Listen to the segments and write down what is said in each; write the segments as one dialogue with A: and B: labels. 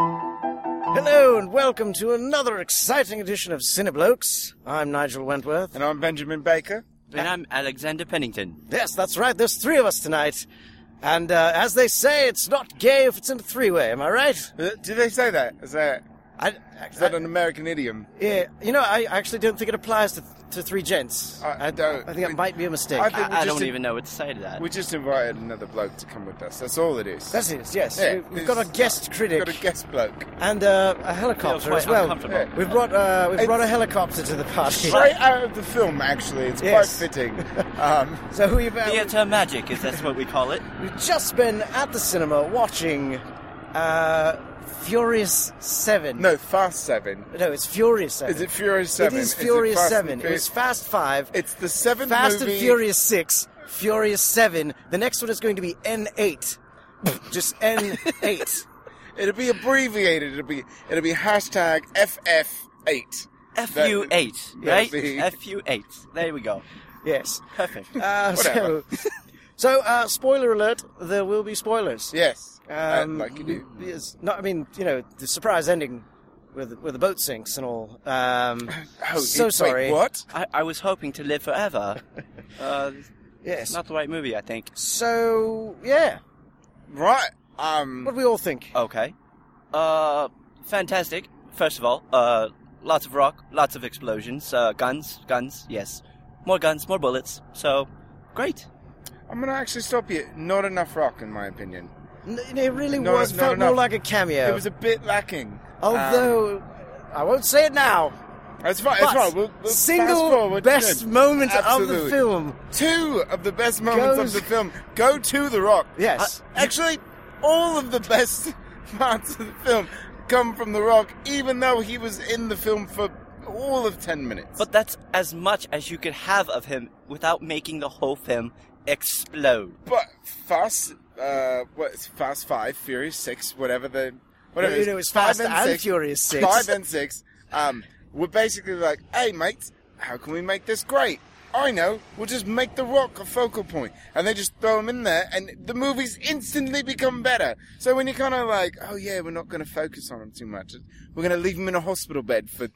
A: Hello and welcome to another exciting edition of Cineblokes. I'm Nigel Wentworth.
B: And I'm Benjamin Baker.
C: And I'm Alexander Pennington.
A: Yes, that's right, there's three of us tonight. And uh, as they say, it's not gay if it's in a three-way, am I right?
B: Uh, Do they say that? Is that
A: I,
B: is that
A: Uh,
B: an American idiom?
A: yeah, you know, I actually don't think it applies to, to three gents.
B: I- I don't-
A: I think
B: we-
A: that might be a mistake.
B: I think-
C: I, I
B: just
C: don't
B: in-
C: even know what to say to that.
B: We just invited another bloke to come with us. That's all it is.
A: That's it, yes.
B: Yeah,
A: We- we've got a
B: it's-
A: guest critic
B: Got a guest bloke.
A: and uh, a helicopter
C: quite
A: as well.
C: uncomfortable.
A: We've brought uh, we've
B: It's-
A: brought a helicopter to the party.
B: Straight out of the film, actually. It's
A: Yes.
B: quite fitting. Um,
A: So we've uh,
C: Theatre magic is that's what we call it.
A: We've just been at the cinema watching uh, Furious 7.
B: no, Fast Seven.
A: No, it's Furious 7.
B: Is it Furious Seven?
A: It is
B: it
A: Furious
B: Fast and
A: 7. It
B: Furious-
A: was Fast 5,
B: It's the seventh
A: Fast
B: movie.
A: and Furious 6, Furious 7. The next one is going to be N8. just N8.
B: It'll be abbreviated. It'll be it'll be hashtag FF8.
C: FU8,
B: That-
C: right?
B: that'll be-
C: FU8. There we go.
A: yes.
C: Perfect.
A: Uh, so,
B: Whatever.
A: so uh, spoiler alert, there will be spoilers.
B: Yes. Uh,
A: Um,
B: like you do.
A: Yes, not, I mean, you know, the surprise ending where the, where the boat sinks and all. Um,
B: Oh,
A: so
B: it- wait,
A: sorry.
B: what?
C: I, I was hoping to live forever. Uh,
A: Yes.
C: it's not the right movie, I think.
A: So, yeah.
B: Right. Um.
A: What do we all think?
C: Okay. Uh, fantastic. First of all, uh, lots of rock, lots of explosions, uh, guns, guns, yes. More guns, more bullets. So, great.
B: I'm gonna actually stop you. Not enough rock, in my opinion.
A: N- it really
B: No,
A: was
B: no,
A: felt
B: no.
A: more like a cameo.
B: It was a bit lacking. Um,
A: Although I won't say it now.
B: it's fine.
A: But
B: It's fine. We'll, we'll fast
A: single
B: forward.
A: best
B: Good.
A: moment of the
B: Absolutely.
A: film.
B: Two of the best moments
A: Goes-
B: of the film go to The Rock. Uh,
A: Yes.
B: Actually, all of the best parts of the film come from The Rock, even though he was in the film for all of ten minutes.
C: But that's as much as you could have of him without making the whole film explode.
B: but Fast, uh, what's Fast Five, Furious Six, whatever the whatever.
A: No,
B: it is,
A: no, it's
B: five
A: Fast and Furious Six.
B: Five and Six. Um, we're basically like, hey, mates, how can we make this great? I know. We'll just make the Rock a focal point, and they just throw him in there, and the movies instantly become better. So when you're kind of like, oh yeah, we're not going to focus on him too much. We're going to leave him in a hospital bed for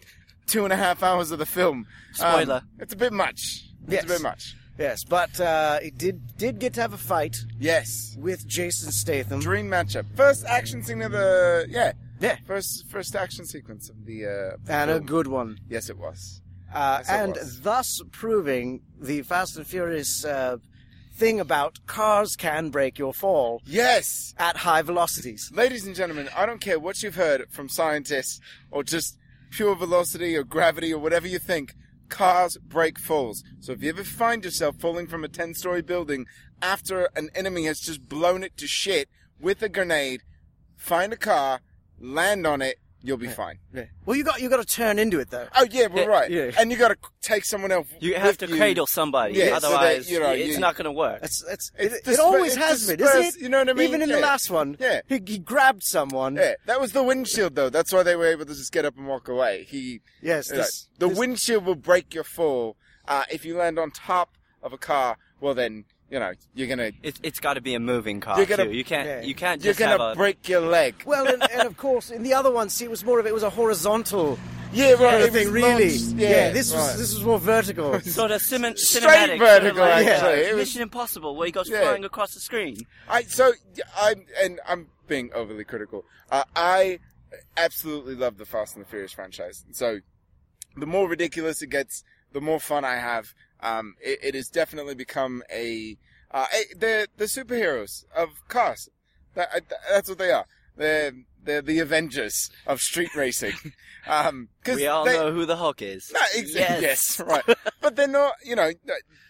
B: two and a half hours of the film. Um,
C: Spoiler.
B: it's a bit much.
A: Yes.
B: It's a bit much.
A: Yes, but uh, it did did get to have a fight
B: Yes.
A: with Jason Statham.
B: dream matchup. First action scene of the yeah
A: Yeah,
B: first first action sequence of the uh, of the
A: and a
B: film.
A: good one.
B: yes it was
A: Uh,
B: Yes, it
A: and
B: was.
A: thus proving the Fast and Furious uh, thing about cars can break your fall
B: yes
A: at high velocities.
B: ladies and gentlemen I don't care what you've heard from scientists or just pure velocity or gravity or whatever you think cars break falls so if you ever find yourself falling from a ten story building after an enemy has just blown it to shit with a grenade find a car land on it you'll be fine
A: Well, you got you got to turn into it though.
B: oh yeah we're
C: Yeah,
B: right
A: yeah.
B: and you got to take someone else
C: You have
B: with
C: to
B: you.
C: cradle somebody,
B: Yeah, so that,
C: otherwise
B: you know,
C: it's
B: you-
C: not going to work.
A: It's, it's,
B: It's
A: it, it
B: disper-
A: always
B: it's
A: has been,
B: dispersed,
A: isn't it?
B: you know what I mean?
A: Even in the
B: Yeah.
A: last one,
B: Yeah.
A: he, he grabbed someone.
B: Yeah, that was the windshield though. That's why they were able to just get up and walk away. He
A: Yes,
B: like,
A: this-
B: the
A: this-
B: windshield will break your fall. Uh, if you land on top of a car, well then you know you're gonna
C: It, it's got to be a moving car
B: You're gonna-
C: too. You can't.
A: Yeah.
C: You can't
B: you're
C: just
B: gonna
C: have a.
B: break your leg.
A: Well, and, and of course, in the other one, see, it was more of it was a horizontal
B: yeah, right. it
A: thing,
B: was
A: really.
B: launched-
A: yeah, this
B: right.
A: was this was more vertical.
C: Sort of cinem-
B: Straight
C: cinematic,
B: vertical,
C: sort of like,
B: actually.
C: uh,
B: It was-
C: Mission Impossible, where he goes
B: Yeah.
C: flying across the screen.
B: I so I'm and I'm being overly critical. Uh, I absolutely love the Fast and the Furious franchise. So the more ridiculous it gets, the more fun I have. Um, it, it has definitely become a uh, a- they're the superheroes of cars. That, I- that's what they are. They're they're the Avengers of street racing. Um, cause
C: We all
B: they-
C: know who the Hulk is.
B: no, exactly. Yes. right. But they're not. You know,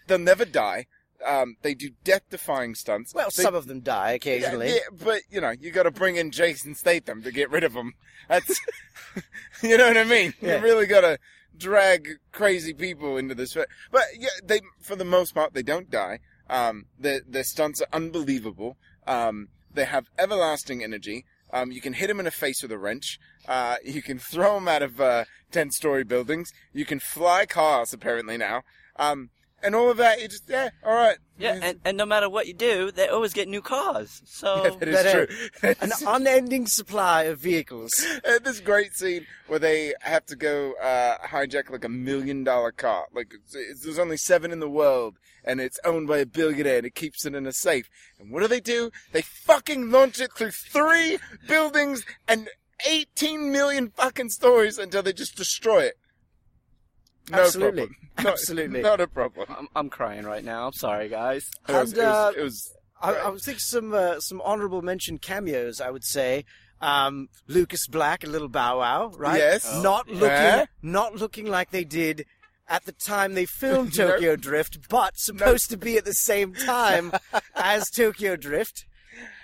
B: they'll never die. Um, they do death-defying stunts.
A: well,
B: they
A: some of them die occasionally.
B: yeah, yeah, but you know, you got to bring in Jason Statham to get rid of him. That's you know what I mean.
A: Yeah.
B: You really got to drag crazy people into this. fi- But yeah, they for the most part they don't die. Um, their their stunts are unbelievable. Um, they have everlasting energy. Um, you can hit him in the face with a wrench. Uh, you can throw him out of uh, ten story buildings. You can fly cars apparently now. Um, and all of that. You just yeah, all right.
C: Yeah, and, and no matter what you do, they always get new cars. So
B: that is
A: Better.
B: true.
A: An unending supply of vehicles.
B: Uh, this great scene where they have to go uh, hijack like a million dollar car. Like it's, it's, there's only seven in the world, and it's owned by a billionaire, and it keeps it in a safe. And what do they do? They fucking launch it through three buildings and 18 million fucking stories until they just destroy it. No
A: Absolutely.
B: problem. Not-
A: Absolutely.
B: not a problem.
C: I'm, I'm crying right now. I'm sorry, guys.
B: It was,
A: And,
B: it was-
A: uh,
B: it was-
A: I,
B: Right.
A: I would think some uh, some honorable mention cameos. I would say um, Lucas Black and Little Bow Wow, right?
B: Yes.
A: Not
C: Oh,
A: looking,
B: yeah.
A: not looking like they did at the time they filmed
B: No.
A: Tokyo Drift, but supposed to be at the same time as Tokyo Drift.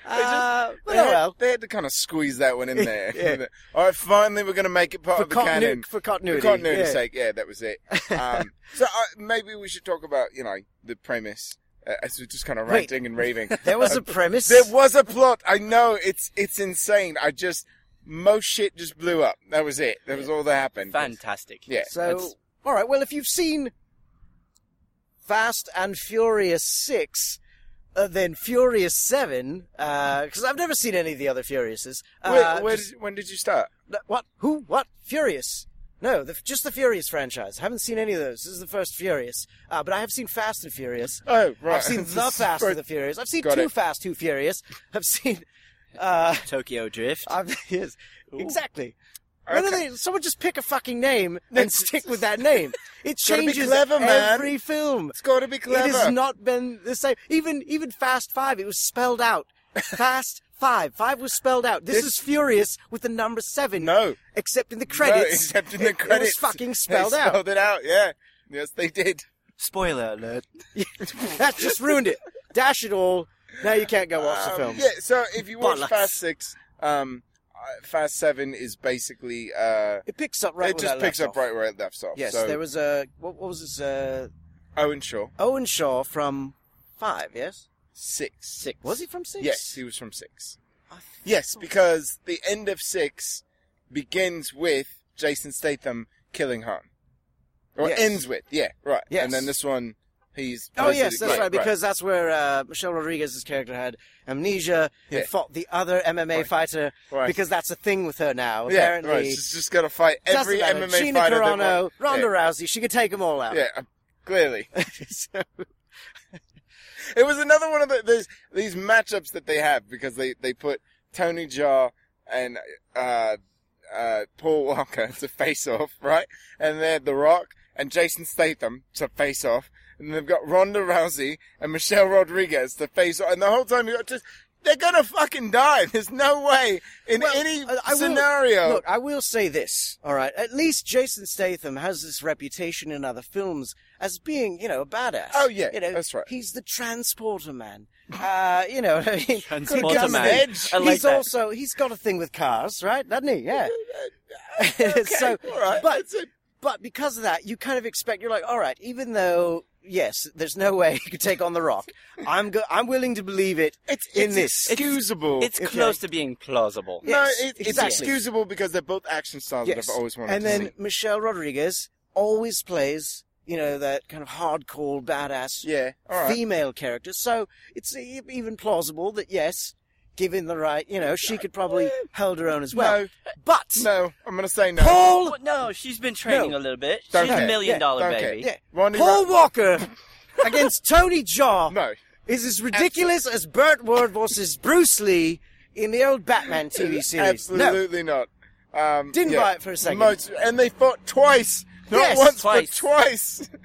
A: Uh, but
B: they,
A: oh
B: had,
A: well.
B: they had to kind of squeeze that one in there.
A: Yeah.
B: All right, finally, we're going to make it part
A: For,
B: of the
A: continu-
B: canon.
A: for continuity,
B: For continuity's
A: yeah.
B: sake, yeah, that was it. Um, so uh, maybe we should talk about, you know, the premise uh, as we're just kind of
A: Wait.
B: ranting and raving.
A: There was
B: Uh,
A: a premise.
B: there was a plot. I know it's it's insane. I just most shit just blew up. That was it. That was all that happened.
C: Fantastic.
B: Yeah.
A: So,
C: That's-
A: all right. Well, if you've seen Fast and Furious Six, uh, then Furious Seven, because I've never seen any of the other Furiouses.
B: Where,
A: Uh,
B: where
A: just-
B: did, when did you start?
A: no, what? Who? What? Furious? No, the, just the Furious franchise. haven't seen any of those. This is the first Furious, uh, but I have seen Fast and Furious.
B: Oh, right.
A: I've seen the Fast and the Furious. I've seen
B: Got
A: Too
B: it.
A: Fast, Too Furious. I've seen. Uh,
C: Tokyo Drift.
A: I've, yes,
C: Ooh.
A: exactly. Why don't
B: Okay.
A: they, someone just pick a fucking name and stick with that name. It
B: gotta be
A: changes
B: clever, man.
A: every film.
B: It's got to be clever.
A: It has not been the same. Even even Fast Five, it was spelled out. Fast Five, Five was spelled out. This,
B: This-
A: is Furious with the number seven.
B: No.
A: except in the
B: No,
A: credits.
B: except in
A: It-
B: the credits.
A: it was fucking
B: they
A: spelled out.
B: Spelled it out. Yeah. Yes, they did.
C: Spoiler alert.
A: that just ruined it. Dash it all. Now you can't go watch the
B: Um,
A: film.
B: Yeah, so if you watch
A: Bollocks.
B: Fast Six, um, uh, Fast Seven is basically uh,
A: It picks up right.
B: it
A: where
B: just
A: that
B: picks
A: left
B: up
A: off.
B: right where it left off.
A: Yes,
B: so,
A: there was a what, what was this? Uh,
B: Owen Shaw
A: Owen Shaw from Five. Yes,
B: Six. Six
A: was he from Six?
B: Yes, he was from Six.
A: I thought-
B: Yes, because the end of Six begins with Jason Statham killing Han, or
A: Yes.
B: ends with yeah, right.
A: Yes.
B: and then this one he's
A: Oh yes, that's
B: basically-
A: right, because that's where uh, Michelle Rodriguez's character had amnesia
B: Yeah.
A: and fought the other MMA
B: Right.
A: fighter
B: Right.
A: because that's a thing with her now.
B: yeah,
A: Apparently,
B: right. She's just gotta fight every
A: doesn't
B: MMA
A: matter. Gina
B: fighter. that
A: Carano,
B: wants-
A: Ronda Rousey, she could take them all out.
B: yeah, yeah, clearly.
A: So-
B: It was another one of the, these these matchups that they have because they they put Tony Jaw and uh, uh, Paul Walker to face off, right? And they had The Rock and Jason Statham to face off, and they've got Ronda Rousey and Michelle Rodriguez to face off, and the whole time you got just. They're gonna fucking die. There's no way in
A: Well, I-
B: any
A: I will-
B: scenario.
A: Look, I will say this, all right. At least Jason Statham has this reputation in other films as being, you know, a badass.
B: Oh, yeah,
A: you know,
B: that's right.
A: He's the transporter man. Uh, you know, I mean,
C: Transporter
A: could come
B: man.
A: in.
B: Edge. I
C: like
A: he's
C: that.
A: also he's got a thing with cars, right? Doesn't he? Yeah. so,
B: Uh, all right,
A: but
B: that's it.
A: but because of that, you kind of expect you're like, all right, even though yes, there's no way he could take on the Rock, I'm go- I'm willing to believe it.
B: it's,
A: in
B: it's
A: this-
B: excusable.
C: It's
A: Okay.
C: close to being plausible.
B: no,
A: Yes,
B: it, it's
A: exactly.
B: excusable because they're both action stars
A: Yes.
B: that I've always wanted
A: and
B: to
A: then
B: see.
A: Michelle Rodriguez always plays, you know, that kind of hardcore badass
B: Yeah, all right.
A: female character. So it's e- even plausible that yes, given the right, you know, she could probably hold her own as well.
B: No.
A: But
B: No, I'm gonna say no.
A: Paul
C: Well, no, she's been training
A: No.
C: a little bit.
B: Don't
C: she's
B: care.
C: a million
A: Yeah,
C: dollar
B: don't care.
C: baby.
A: Yeah.
B: Ronnie
A: Paul Walker against Tony Jaw
B: No,
A: is as ridiculous as Burt Ward versus Bruce Lee in the old Batman
B: Uh,
A: TV series. No.
B: absolutely not. Um,
A: Didn't
B: yeah.
A: buy it for a second.
B: Most- and they fought twice, not
A: Yes,
B: once,
C: twice.
B: but twice.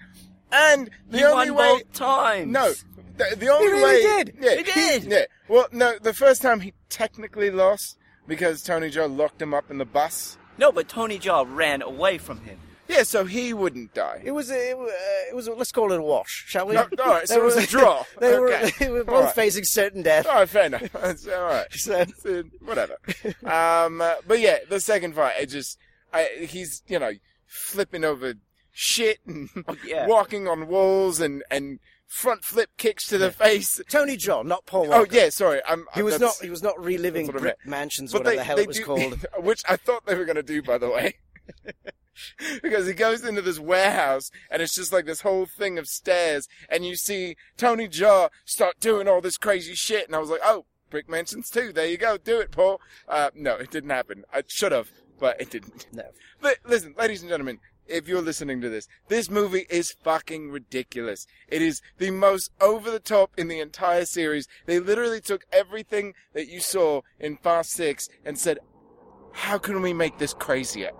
B: And the
C: He
B: only
C: won
B: way,
C: both times.
B: no, the, the only
A: really
B: way
A: did.
B: Yeah,
C: He did.
B: Yeah. Well, no, the first time he technically lost because Tony Joe locked him up in the bus.
C: No, but Tony Jaw ran away from him.
B: Yeah, so he wouldn't die.
A: It was a, it wa- uh, it was a, let's call it a wash, shall we?
B: No, all right, so
A: They
B: it was
A: were-
B: a draw.
A: They were
B: Okay.
A: they were
B: All
A: both
B: right.
A: facing certain death.
B: All right, fair enough. That's all right.
A: So-
B: So, whatever. Um, uh, but yeah, the second fight, it just, I, he's you know flipping over shit and
C: yeah.
B: walking on walls and and front flip kicks to the face.
A: Tony Jaw, not Paul
B: Oh
A: Walker.
B: yeah, sorry. I'm,
A: He was not
B: that's-
A: he was not reliving
B: that's what I
A: Brick
B: meant.
A: Mansions,
B: but
A: whatever
B: they-
A: the hell
B: they
A: it was
B: do-
A: called.
B: which I thought they were going to do, by the way. because he goes into this warehouse and it's just like this whole thing of stairs and you see Tony Jaa start doing all this crazy shit and I was like, oh, Brick Mansions too. There you go. Do it, Paul. Uh, no, it didn't happen. I should have, but it didn't.
A: No.
B: But listen, ladies and gentlemen, if you're listening to this, this movie is fucking ridiculous. It is the most over the top in the entire series. They literally took everything that you saw in Fast Six and said, how can we make this crazier?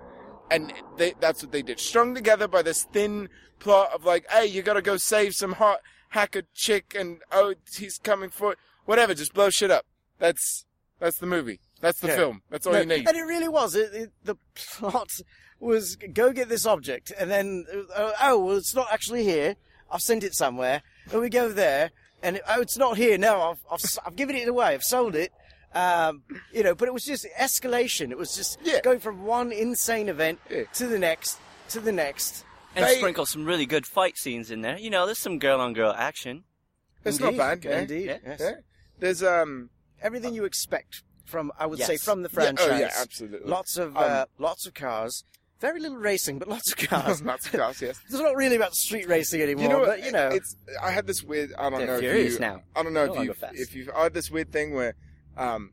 B: And they, that's what they did. Strung together by this thin plot of like, hey, you gotta go save some hot hacker chick and oh, he's coming for it. Whatever, just blow shit up. That's, that's the movie. That's the
A: Yeah.
B: film. That's all
A: No,
B: you need.
A: And it really was. It, it, the plot was go get this object, and then uh, oh well, it's not actually here. I've sent it somewhere, and we go there, and it, oh, it's not here. No, I've I've, s- I've given it away. I've sold it. Um, you know, but it was just escalation. It was just
B: Yeah.
A: going from one insane event
B: Yeah.
A: to the next to the next.
C: And
B: They-
C: sprinkle some really good fight scenes in there. You know, there's some girl on girl action.
B: It's
A: Indeed,
B: not bad. Yeah.
A: Indeed,
C: Yeah.
A: yes.
B: Yeah. There's, um,
A: everything you expect from I would
C: Yes.
A: say from the
B: yeah,
A: franchise.
B: oh yeah, absolutely. Um,
A: Lots of uh, lots of cars. Very little racing, but lots of cars.
B: Lots of cars, yes.
A: It's not really about street racing anymore,
B: You know,
A: but you know,
B: it's. I had this weird. I don't
C: They're
B: know. if
C: furious
B: you-
C: now.
B: I don't know
C: No
B: if
C: longer
B: you
C: fast.
B: if you've I had this weird thing where, um,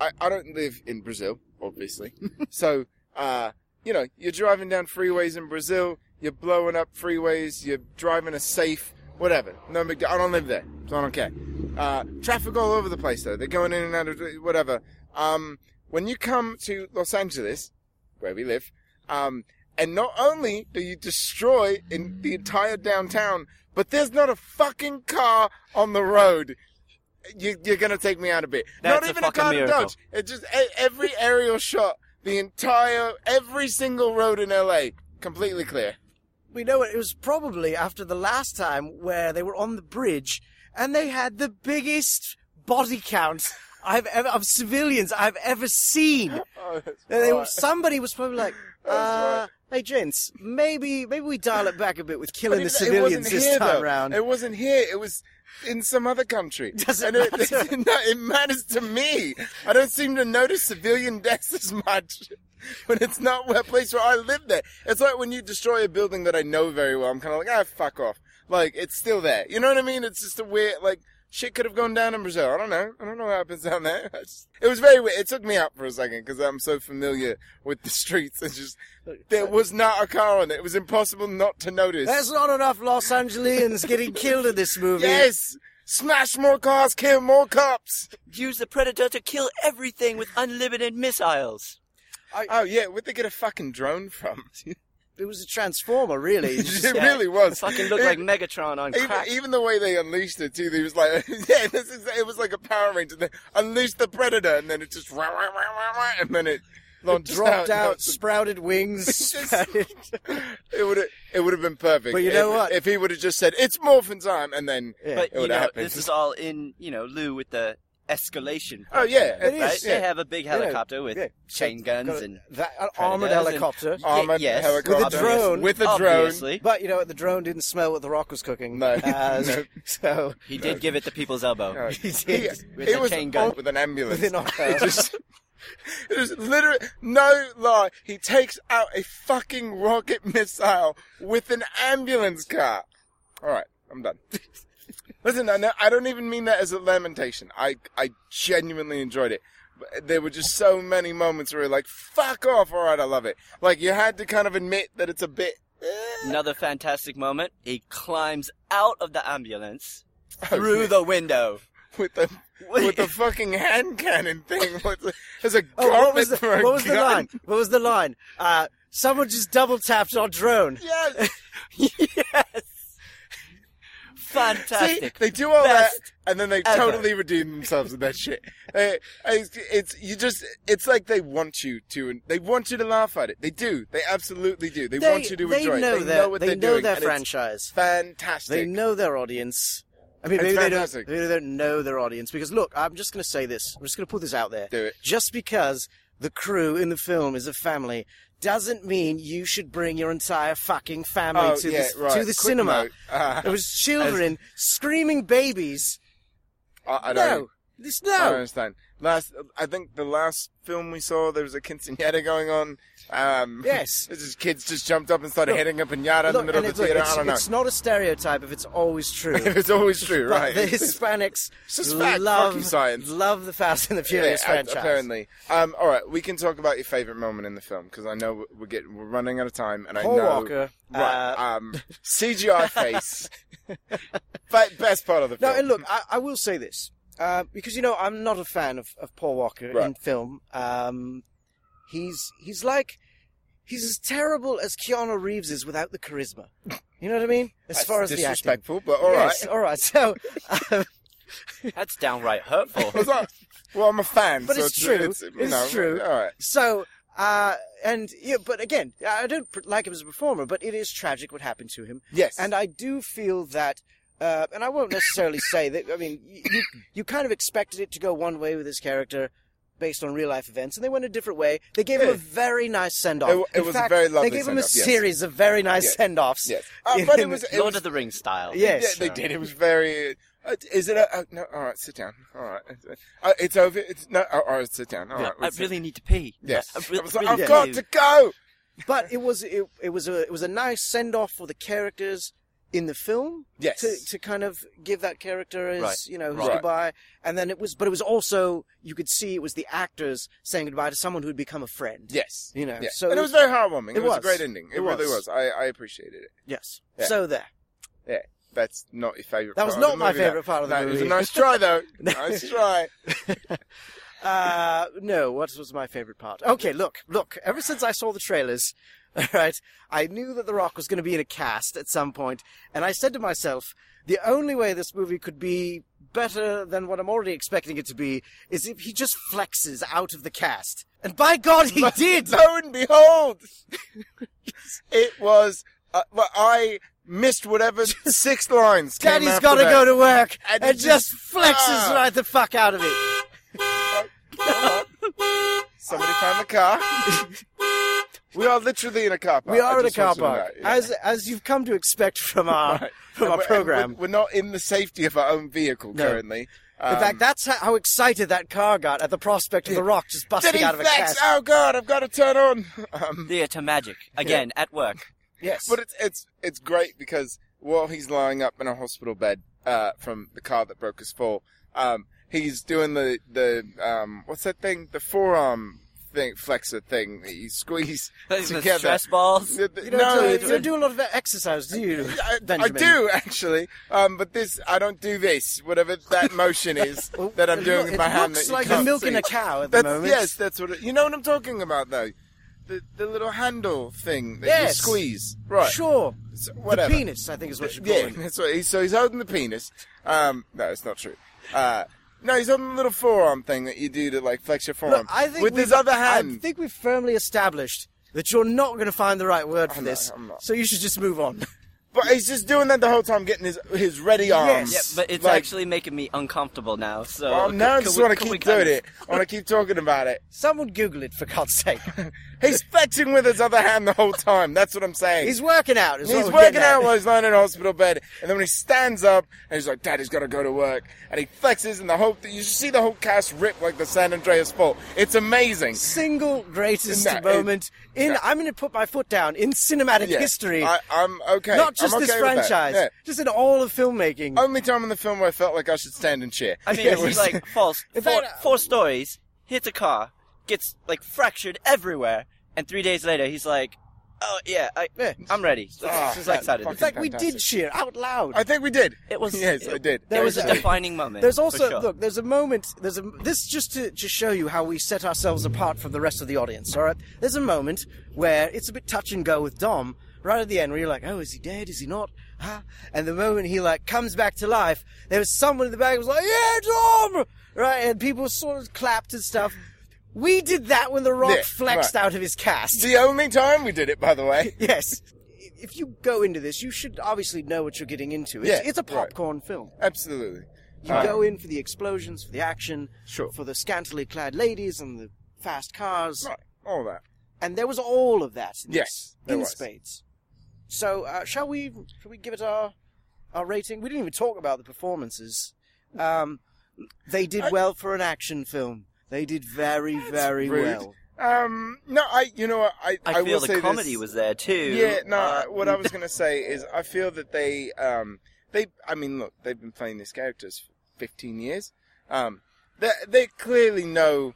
B: I I don't live in Brazil, obviously, so uh, you know, you're driving down freeways in Brazil, you're blowing up freeways, you're driving a safe, whatever. No big deal. I don't live there, so I don't care. Uh, traffic all over the place though. They're going in and out of whatever. Um, when you come to Los Angeles, where we live, um, and not only do you destroy in the entire downtown, but there's not a fucking car on the road. You, you're gonna take me out a bit.
C: That's
B: not
C: a
B: even a,
C: fucking
B: car to
C: miracle.
B: dodge. It just e- every aerial shot, the entire every single road in LA completely clear.
A: we know it. It was probably after the last time where they were on the bridge and they had the biggest body count I've ever of civilians I've ever seen.
B: Oh, that's
A: And they- somebody was probably like,
B: That's
A: uh,
B: right.
A: "Hey gents, maybe maybe we dial it back a bit with killing the
B: But it-
A: civilians this time
B: though.
A: round."
B: It wasn't here. It was in some other country.
A: Doesn't
B: And
A: matter.
B: It, no, it matters to me. I don't seem to notice civilian deaths as much when it's not a place where I live. There, it's like when you destroy a building that I know very well. I'm kind of like, ah, fuck off. Like it's still there. You know what I mean? It's just a weird like. Shit could have gone down in Brazil. I don't know. I don't know what happens down there. I just- it was very weird. It took me out for a second because I'm so familiar with the streets. It's just, there was not a car on it. It was impossible not to notice.
A: There's not enough Los Angeles getting killed in this movie.
B: Yes! Smash more cars, kill more cops!
C: Use the Predator to kill everything with unlimited missiles.
B: Oh, yeah, where'd they get a fucking drone from?
A: It was a transformer, really.
B: it
A: Just-
B: really was.
C: Fucking look
B: It-
C: like Megatron on
B: even,
C: crack.
B: even the way they unleashed it, too, they was like, yeah, this is, it was like a Power Ranger. They unleashed the Predator, and then it just, rah, rah, rah, rah, rah, and then it launched
A: dropped out,
B: It,
A: sprouted wings. sprouted-
B: would have, it would have been perfect.
A: But you know
B: if,
A: what?
B: If he would have just said, it's morphin' time, and then,
A: Yeah.
C: but
B: it
C: you
B: would
C: know,
B: have happened.
C: this is all in you know lieu with the escalation.
B: oh, yeah,
A: It
C: Right?
A: is,
C: They
B: yeah.
C: have a big
A: know,
C: helicopter with
A: yeah.
C: chain guns
A: Got a-
C: and
A: that an armored
C: Predators and-
A: helicopter.
C: Y-
B: Armored
C: yes,
B: helicopter.
A: With a drone.
B: With a drone.
C: Obviously.
A: But you know what? The drone didn't smell what the rock was cooking.
B: No.
A: Uh,
B: No.
A: So
C: He did give it the people's elbow.
B: No.
A: he did.
B: He-
C: With
B: it
C: a
B: was
C: chain gun.
B: on- with an ambulance.
A: With an
B: it
A: ambulance.
B: just, it was literally no lie. He takes out a fucking rocket missile with an ambulance car. All right, I'm done. Listen, I, know, I don't even mean that as a lamentation. I I genuinely enjoyed it. But There were just so many moments where you're like, "Fuck off!" All right, I love it. Like you had to kind of admit that it's a bit. eh.
C: Another fantastic moment. He climbs out of the ambulance
B: Oh,
C: through
B: yeah.
C: the window.
B: with the with the fucking hand cannon thing. With the- There's a
A: Oh,
B: gauntlet
A: what was, the,
B: for a
A: what was the
B: gun.
A: line? What was the line? Uh, someone just double tapped our drone.
B: Yes. See,
C: Fantastic.
B: they do all
C: Best
B: that, and then they
C: ever.
B: totally redeem themselves with that shit. They- it's, it's you just it's like they want you to they want you to laugh at it. They do. They absolutely do. They, want you to
A: they
B: enjoy
A: know
B: it. They
A: their,
B: know what
A: they
B: are
A: know
B: doing.
A: their
B: and it's
A: franchise.
B: Fantastic.
A: They know their audience. I mean,
B: It's
A: maybe they, don't,
B: fantastic.
A: maybe they don't know their audience because look, I'm just going to say this. I'm just going to put this out there.
B: Do it.
A: Just because the crew in the film is a family doesn't mean you should bring your entire fucking family
B: Oh,
A: to,
B: yeah,
A: the,
B: right.
A: to the
B: Quick
A: cinema.
B: note. Uh,
A: There was children screaming babies.
B: I, I don't.
A: No, this
B: I don't
A: no.
B: understand. Last, I think the last film we saw, there was a quinceanera going on. Um,
A: Yes.
B: it's just kids just jumped up and started
A: Look,
B: hitting a pinata in the
A: Look, and
B: middle of
A: it,
B: the
A: look,
B: theater.
A: it's,
B: I don't know.
A: it's not a stereotype if it's always true.
B: If it's always true,
A: But
B: right?
A: The Hispanics
B: just fact. Fuck you,
A: love
B: science.
A: love the Fast and the Furious
B: Yeah,
A: franchise.
B: Apparently. Um, all right, we can talk about your favorite moment in the film because I know we're getting we're running out of time, and
A: Paul
B: I know
A: Walker.
B: Right,
A: uh,
B: um, CGI face, but best part of the
A: No,
B: film.
A: and look, I, I will say this uh, because you know I'm not a fan of, of Paul Walker in
B: Right.
A: film. Um, he's he's like he's as terrible as Keanu Reeves is without the charisma. You know what I mean? As
B: That's
A: far as the acting.
B: disrespectful, but all right.
A: Yes, all right. So, um,
C: That's downright hurtful.
B: Well, it's not- well, I'm a fan,
A: But
B: so
A: it's true.
B: It's, you
A: It's
B: know,
A: true.
B: All right.
A: so uh, and yeah, but again, I don't pr- like him as a performer, but it is tragic what happened to him.
B: Yes.
A: And I do feel that, uh, and I won't necessarily say that. I mean, y- you you kind of expected it to go one way with this character, based on real life events, and they went a different way. They gave him a
B: Yeah.
A: very nice send off.
B: It w- it was a very lovely
A: They gave him a
B: send-off, yes.
A: series of very nice
B: Yes.
A: send offs.
B: yes. Uh, but it was. It
C: Lord
B: was
C: of the Rings style.
A: Yeah.
B: yeah,
A: Yes.
B: they did. It was very. Uh, is it a, uh, no? All right, sit down. All right, uh, it's over. It's no. All right, sit down. All
C: Yeah,
B: right,
C: I
B: let's sit-
C: really need to pee.
B: Yes.
C: I, I re-
B: I was like,
C: really
B: I've
C: do.
B: got to go.
A: But it was it, it was a it was a nice send off for the characters in the film.
B: Yes.
A: to, to kind of give that character his,
C: Right.
A: you know, his
B: Right.
A: goodbye. And then it was, but it was also, you could see it was the actors saying goodbye to someone who had become a friend.
B: Yes.
A: You know,
B: Yeah.
A: so
B: and it was very heartwarming. It,
A: it
B: was, a
A: was.
B: great ending. It,
A: It
B: really
A: was.
B: was. I, I appreciated it.
A: Yes.
B: Yeah.
A: So there.
B: That's not your favorite.
A: That was
B: part
A: not
B: of the
A: my
B: movie, though.
A: favorite part of the
B: no, It was a
A: movie.
B: nice try though. nice try.
A: Uh, no, what was my favorite part? Okay, look, look, ever since I saw the trailers, alright, I knew that The Rock was going to be in a cast at some point, and I said to myself, the only way this movie could be better than what I'm already expecting it to be is if he just flexes out of the cast. And by God, he did!
B: Lo and behold, it was. Uh, well, I missed whatever six lines. came
A: Daddy's
B: after
A: got to
B: that.
A: go to work
B: And
A: and,
B: he
A: just,
B: just-
A: flexes
B: Ah.
A: right the fuck out of it.
B: Somebody found the car. we are literally in a car park.
A: We
B: I
A: are in a
B: just
A: car
B: want you to know
A: park,
B: that, yeah.
A: as as you've come to expect from our from
B: Right.
A: our
B: And we're-
A: program.
B: We're, we're not in the safety of our own vehicle
A: No.
B: currently.
A: In
B: Um,
A: fact, that's how, how excited that car got at the prospect of the rock just
B: did
A: busting
B: he
A: out of a
B: flex?
A: cast.
B: Oh God, I've got to turn on. Um,
C: Theatre magic. Again, at work.
A: Yes,
B: But it's it's it's great because while he's lying up in a hospital bed uh, from the car that broke his fall, um, he's doing the the um, what's that thing? The forearm thing, flexor thing that you squeeze
C: Those are the
B: together.
C: stress balls.
B: The- the-
A: you don't,
B: no,
A: do, you
B: it's-
A: don't do a lot of exercise, do you?
B: I, I
A: Benjamin?
B: do actually, um, but this I don't do this. Whatever that motion is
A: Well,
B: that I'm
A: it
B: doing
A: loo-
B: with my
A: it
B: hand.
A: looks
B: that you
A: like
B: can't
A: you're milking
B: see.
A: a cow at the
B: That's,
A: moment.
B: Yes, that's what it, you know what I'm talking about though. The the little handle thing that
A: Yes.
B: you squeeze. Right.
A: sure.
B: So, whatever.
A: The penis, I think, is what you call
B: Yeah,
A: it.
B: that's what he, so he's holding the penis. Um, no, it's not true. Uh, no, he's holding the little forearm thing that you do to like flex your forearm
A: Look, I think
B: with
A: we've-
B: his other
A: I
B: hand.
A: think we've firmly established that you're not going to find the right word for
B: I'm not-
A: this,
B: I'm not.
A: so you should just move on.
B: but he's just doing that the whole time, getting his his ready arms.
C: Yeah, but it's
B: like,
C: actually making me uncomfortable now. So
B: Well, now I
C: could-
B: just
C: could we-
B: want to
C: could we
B: keep
C: kind
B: doing
C: of-
B: it. I want to keep talking about it.
A: Someone Google it for God's sake.
B: He's flexing with his other hand the whole time. That's what I'm saying.
A: He's working out. is
B: And
A: what
B: he's
A: we're
B: working
A: getting at.
B: out while he's lying in a hospital bed, and then when he stands up, and he's like, "Daddy's got to go to work," and he flexes in the hope that you see the whole cast rip like the San Andreas Fault. It's amazing.
A: Single greatest
B: No, it-
A: moment in
B: no.
A: I'm going to put my foot down in cinematic
B: Yeah.
A: history.
B: I, I'm okay.
A: Not just
B: I'm okay
A: this
B: with that.
A: franchise,
B: Yeah. Oh,
A: just in all of filmmaking.
B: Only time in the film where I felt like I should stand and cheer.
C: I mean,
B: It
C: he
B: was-
C: like falls
A: In
C: four,
A: fact, uh,
C: four stories, hits a car, gets like fractured everywhere, and three days later he's like, "Oh yeah, I,
A: Yeah.
C: I'm ready." So
B: Ah,
C: he's excited.
A: In fact, we
B: fantastic.
A: did cheer out loud.
B: I think we did.
C: It was.
B: Yes,
C: it-
B: I did.
C: There was a
B: Actually.
C: defining moment.
A: there's
C: for
A: also
C: sure.
A: look. There's a moment. There's a this just to to show you how we set ourselves apart from the rest of the audience. All right. There's a moment where it's a bit touch and go with Dom right at the end, where you're like, "Oh, is he dead? Is he not?" Huh? And the moment he like comes back to life, there was someone in the back who was like, "Yeah, Dom!" Right, and people sort of clapped and stuff. We did that when The Rock
B: Yeah,
A: flexed
B: right.
A: out of his cast.
B: the only time we did it, by the way.
A: Yes. If you go into this, you should obviously know what you're getting into. It's,
B: Yeah,
A: it's a
B: right.
A: popcorn film.
B: Absolutely.
A: You
B: Uh,
A: go in for the explosions, for the action,
B: Sure.
A: for the scantily clad ladies and the fast cars.
B: right, all that.
A: And there was all of that. In
B: Yes,
A: this,
B: there
A: in
B: was.
A: spades. So, uh, shall we? Shall we give it our our rating? We didn't even talk about the performances. Um, they did
B: I-
A: well for an action film. They did very, very
B: rude.
A: well.
B: Um, no, I, you know, what, I,
C: I,
B: will
C: feel
B: say
C: the comedy
B: this.
C: was there too.
B: Yeah, no.
C: Uh,
B: what I was gonna say is, I feel that they, um, they, I mean, look, they've been playing these characters for 15 years. Um, they, they clearly know,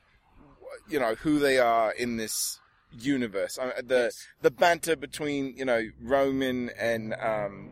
B: you know, who they are in this universe. Uh, the the banter between, you know, Roman and um,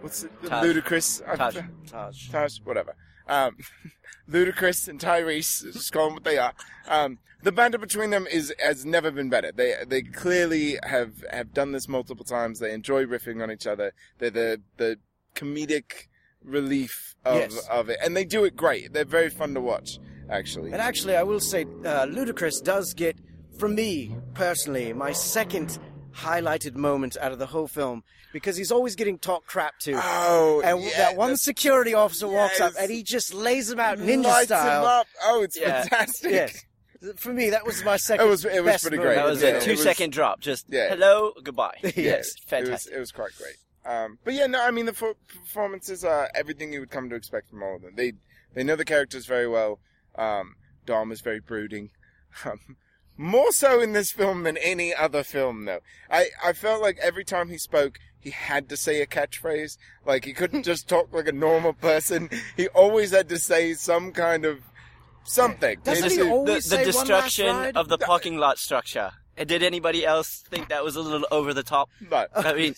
B: what's it,
C: Taj.
B: ludicrous
C: Taj.
A: Taj.
B: Taj, whatever. Um, Ludacris and Tyrese, just call them what they are. Um, the banter between them is has never been better. They they clearly have have done this multiple times. They enjoy riffing on each other. They're the the comedic relief of
A: Yes.
B: of it, and they do it great. They're very fun to watch, actually.
A: And actually, I will say, uh, Ludacris does get, from me personally, my second highlighted moment out of the whole film because he's always getting talked crap to.
B: oh,
A: and
B: yeah,
A: that one
B: that's-
A: security officer walks up
B: Yes.
A: and he just lays him out ninja
B: lights
A: style.
B: Him up. Oh, it's
C: Yeah.
B: fantastic.
A: Yes. For me, that was my second.
B: It was it was
A: best
B: pretty
A: moment.
B: great.
C: that was
B: Yeah,
C: a
B: it
C: two-second
B: was-
C: drop. Just
B: Yeah.
C: hello, goodbye.
A: Yes.
B: It was,
C: fantastic.
B: it was quite great. Um, but yeah, no, I mean the fo- performances are everything you would come to expect from all of them. They they know the characters very well. Um, Dom is very brooding, um, more so in this film than any other film though. I I felt like every time he spoke, he had to say a catchphrase. Like he couldn't just talk like a normal person. He always had to say some kind of something.
A: Doesn't
B: It's-
A: he
B: it-
A: always
C: the, the
A: say one last
C: destruction
A: ride?
C: of the parking lot structure. And did anybody else think that was a little over the top?
B: no,
C: I mean,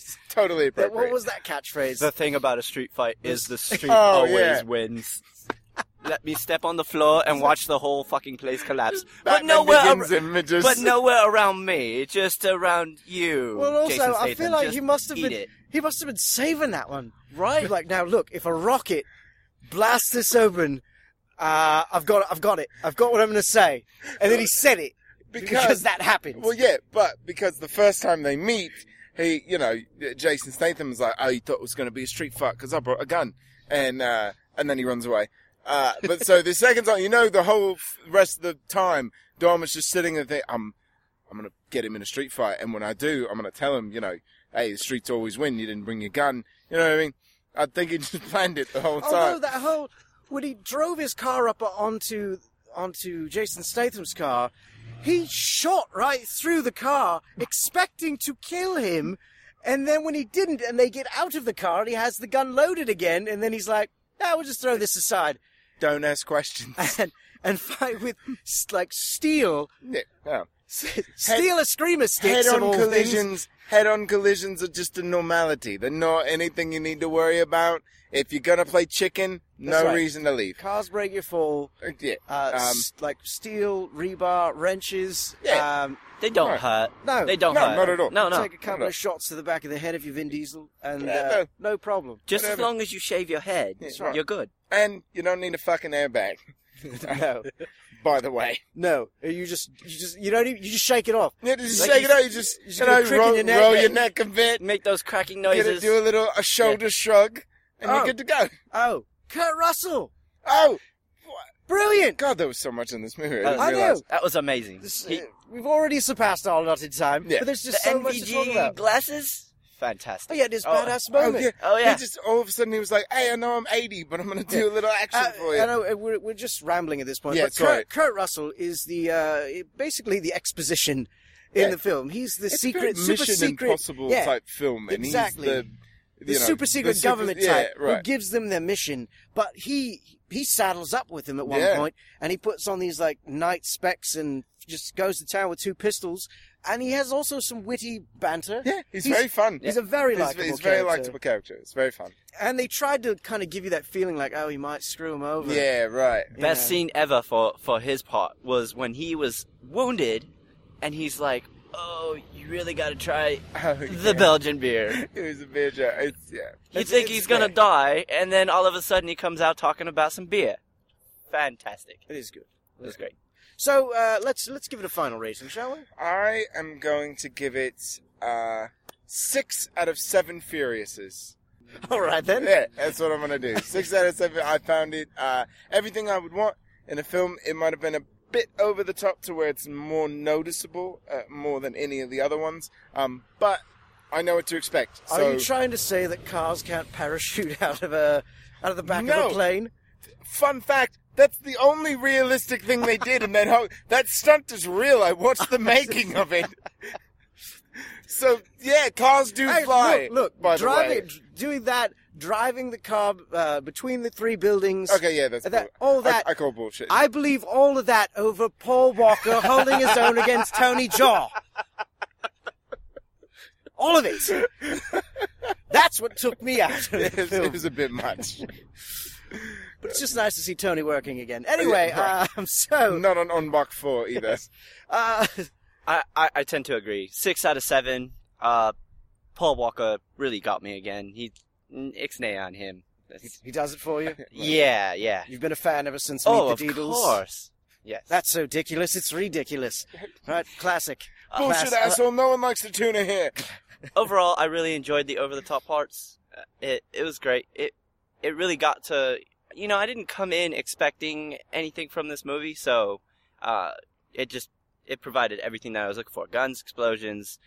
A: That-
B: totally appropriate.
A: what was that catchphrase?
C: the thing about a street fight is the street
B: Oh,
C: always
B: yeah.
C: wins. Let me step on the floor and watch the whole fucking place collapse. But
B: Batman
C: nowhere,
B: Begins
C: ar-
B: images.
C: but nowhere around me, just around you.
A: well, also,
C: Jason
A: I feel
C: Statham.
A: like
C: Just
A: he must have
C: eat
A: been
C: it.
A: he must have been saving that one.
C: right.
A: He's like, now look, if a rocket blasts this open, uh, I've got, I've got it, I've got what I'm going to say, and then he said it because, that happened.
B: Well, yeah, but because the first time they meet, he, you know, Jason Statham is like, "Oh, you thought it was going to be a street fight because I brought a gun," and uh, and then he runs away. Uh, but so the second time, you know, the whole f- rest of the time, Dom is just sitting there. Thinking, I'm, I'm going to get him in a street fight, and when I do, I'm going to tell him, you know, hey, the streets always win. You didn't bring your gun. You know what I mean? I think he just planned it the whole
A: Although
B: time.
A: Oh, that whole when he drove his car up onto onto Jason Statham's car, he shot right through the car, expecting to kill him, and then when he didn't, and they get out of the car, and he has the gun loaded again, and then he's like, "Ah, we'll just throw this aside,"
B: Don't ask questions.
A: and and fight with s- like steel.
B: yeah. yeah.
A: Steel a screamer sticks of
B: head-on
A: all things.
B: collisions head-on collisions are just a normality they're not anything you need to worry about if you're gonna play chicken
A: That's
B: no
A: right.
B: reason to leave
A: Cars break your fall.
B: Uh, yeah
A: Uh,
B: Um,
A: s- like steel, rebar, wrenches.
B: Yeah.
A: Um,
C: They don't
B: Right.
C: hurt.
A: no,
C: They don't
B: No,
C: hurt.
B: not at all.
C: No, no.
A: Take a couple
B: no.
A: of shots to the back of the head if you're Vin Diesel, and
B: Yeah,
A: uh, no problem.
C: Just as
B: whatever.
C: long as you shave your head,
B: That's right.
C: you're good.
B: and you don't need a fucking airbag
A: No,
B: by the way
A: no, you just, you just, you don't, even, you just shake it off.
B: yeah, just
C: Like
B: shake
C: you-
B: it out you just
A: you just
B: you
A: get a
B: know
A: crick in
B: roll,
A: your neck,
B: roll
A: yeah.
B: your neck a bit
C: Make those cracking
B: get it,
C: noises.
B: do a little a shoulder shrug and
A: Oh.
B: you're good to go
A: Oh, Kurt Russell,
B: oh
A: brilliant!
B: god there was so much in this movie I
C: Uh,
B: didn't
A: I
B: realize
A: know.
C: That was amazing.
A: This,
C: He-
A: uh, we've already surpassed our allotted time,
B: Yeah.
A: but there's
C: the
A: just so much to talk
C: NVG
A: about.
C: glasses,
A: Oh
C: fantastic.
A: yeah, this
C: Oh,
A: badass
B: Oh
A: moment.
B: yeah.
C: Oh, yeah.
B: He just all of a sudden he was like, "Hey, I know I'm 80, but I'm gonna do a little action
A: Uh,
B: for you."
A: I know uh, we're, we're just rambling at this point.
B: Yeah,
A: but
B: it's
A: Kurt,
B: alright.
A: Kurt Russell is the uh, basically the exposition in
B: Yeah.
A: the film. He's the
B: It's a very
A: secret, super
B: Mission
A: secret,
B: Impossible
A: yeah,
B: type film, and
A: exactly.
B: he's the
A: the
B: you know,
A: super secret
B: the
A: government
B: yeah,
A: type who
B: right.
A: gives them their mission. But he he saddles up with them at one
B: Yeah.
A: point, and he puts on these like night specs and just goes to town with two pistols. And he has also some witty banter.
B: Yeah, he's, very fun.
A: He's a very
B: He's-
A: likable
B: he's very
A: character.
B: likable character. It's very fun.
A: And they tried to kind of give you that feeling like, oh, he might screw him over.
B: Yeah, right.
A: you
C: Best
A: know.
C: scene ever for, for his part was when he was wounded, and he's like, "Oh, you really got to try
B: Oh, yeah.
C: the Belgian beer."
B: It was a beer joke. It's, yeah.
C: You
A: It's-
C: think
A: it's
C: he's gonna
A: great.
C: die, and then all of a sudden he comes out talking about some beer. Fantastic.
A: It is good.
C: It was great.
A: So uh, let's let's give it a final rating, shall we?
B: I am going to give it uh, six out of seven Furiouses.
A: All right then.
B: Yeah, that's what I'm gonna do. Six out of seven. I found it uh, everything I would want in a film. It might have been a bit over the top to where it's more noticeable, uh, more than any of the other ones. Um, but I know what to expect.
A: Are
B: So
A: you trying to say that cars can't parachute out of a out of the back of
B: No.
A: a plane?
B: fun fact, that's the only realistic thing they did in that whole, that stunt is real. I watched the making of it. So yeah, cars do
A: Hey,
B: fly.
A: look, look
B: by the way.
A: driving, doing that, driving the car uh, between the three buildings. uh,
B: Okay, yeah, that's
A: That-
B: bull-
A: all that-
B: I, I call bullshit.
A: I believe all of that over Paul Walker holding his own against Tony Jaw. All of it. That's what took me out of it.
B: it, was, it was a bit much.
A: But it's just nice to see Tony working again. Anyway,
B: right.
A: um, so
B: Not on on Mach Four either.
A: uh,
C: I, I, I tend to agree. Six out of seven. Uh, Paul Walker really got me again. He ixnay on him.
A: he,
C: That's-
A: he does it for you.
C: yeah, yeah.
A: You've been a fan ever since
C: oh,
A: Meet
C: of
A: the Deedles.
C: course. Yes.
A: That's so ridiculous. It's ridiculous. Right, classic.
B: Bullshit,
A: Class-
B: asshole. No one likes the tuna here.
C: Overall, I really enjoyed the over the top parts. Uh, It it was great. It it really got to you know I didn't come in expecting anything from this movie, so uh, it just it provided everything that I was looking for: guns, explosions,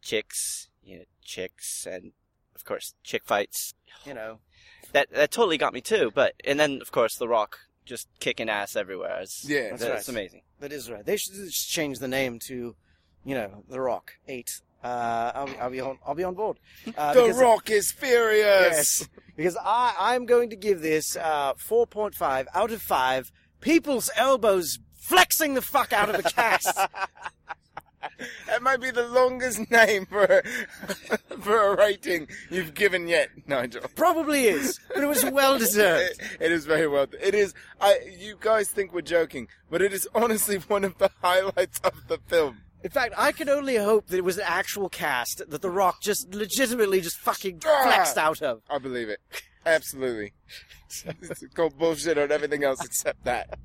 C: chicks, you know, chicks, and of course chick fights.
A: You know,
C: that that totally got me too. But and then of course The Rock just kicking ass everywhere. It's,
B: Yeah.
C: that's,
A: That's right.
C: amazing.
A: That is right. They should just change the name to, you know, The Rock Eight. Uh, I'll, be- I'll be on. I'll be on board. Uh,
B: the
A: because-
B: Rock is furious.
A: Yes, because I I'm going to give this uh, 4.5 out of five. People's elbows flexing the fuck out of the cast.
B: That might be the longest name for a, for a rating you've given yet, Nigel.
A: Probably is, but it was well deserved.
B: It, it is very well. It is. I. You guys think we're joking, but it is honestly one of the highlights of the film.
A: In fact, I could only hope that it was an actual cast that The Rock just legitimately just fucking flexed out of.
B: I believe it. Absolutely. it's called bullshit on everything else except that.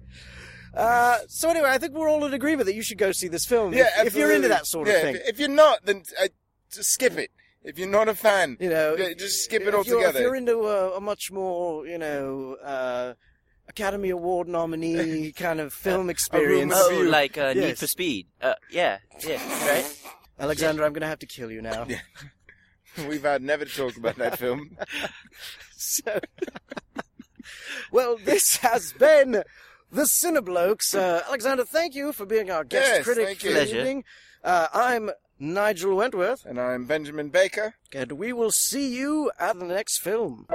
A: Uh, so anyway, I think we're all in agreement that you should go see this film if, if you're into
B: absolutely.
A: that sort
B: Yeah,
A: of thing.
B: If, if you're not, then uh, just skip it. If you're not a fan,
A: you know,
B: yeah, just skip it
A: if you're-
B: altogether.
A: If you're into a, a much more, you know, uh, Academy Award nominee kind of film experience,
B: It's
C: Oh,
B: you.
C: like uh, Need
A: Yes.
C: for Speed. Uh, yeah, yeah, right.
A: Alexander, I'm going to have to kill you now.
B: We've had never to talk about that film.
A: So, well, this has been the Cineblokes. Uh, Alexander, thank you for being our guest
B: Yes,
A: critic
B: thank
A: for
B: you.
A: the
C: Pleasure.
A: evening. Uh, I'm Nigel Wentworth,
B: And I'm Benjamin Baker.
A: and we will see you at the next film.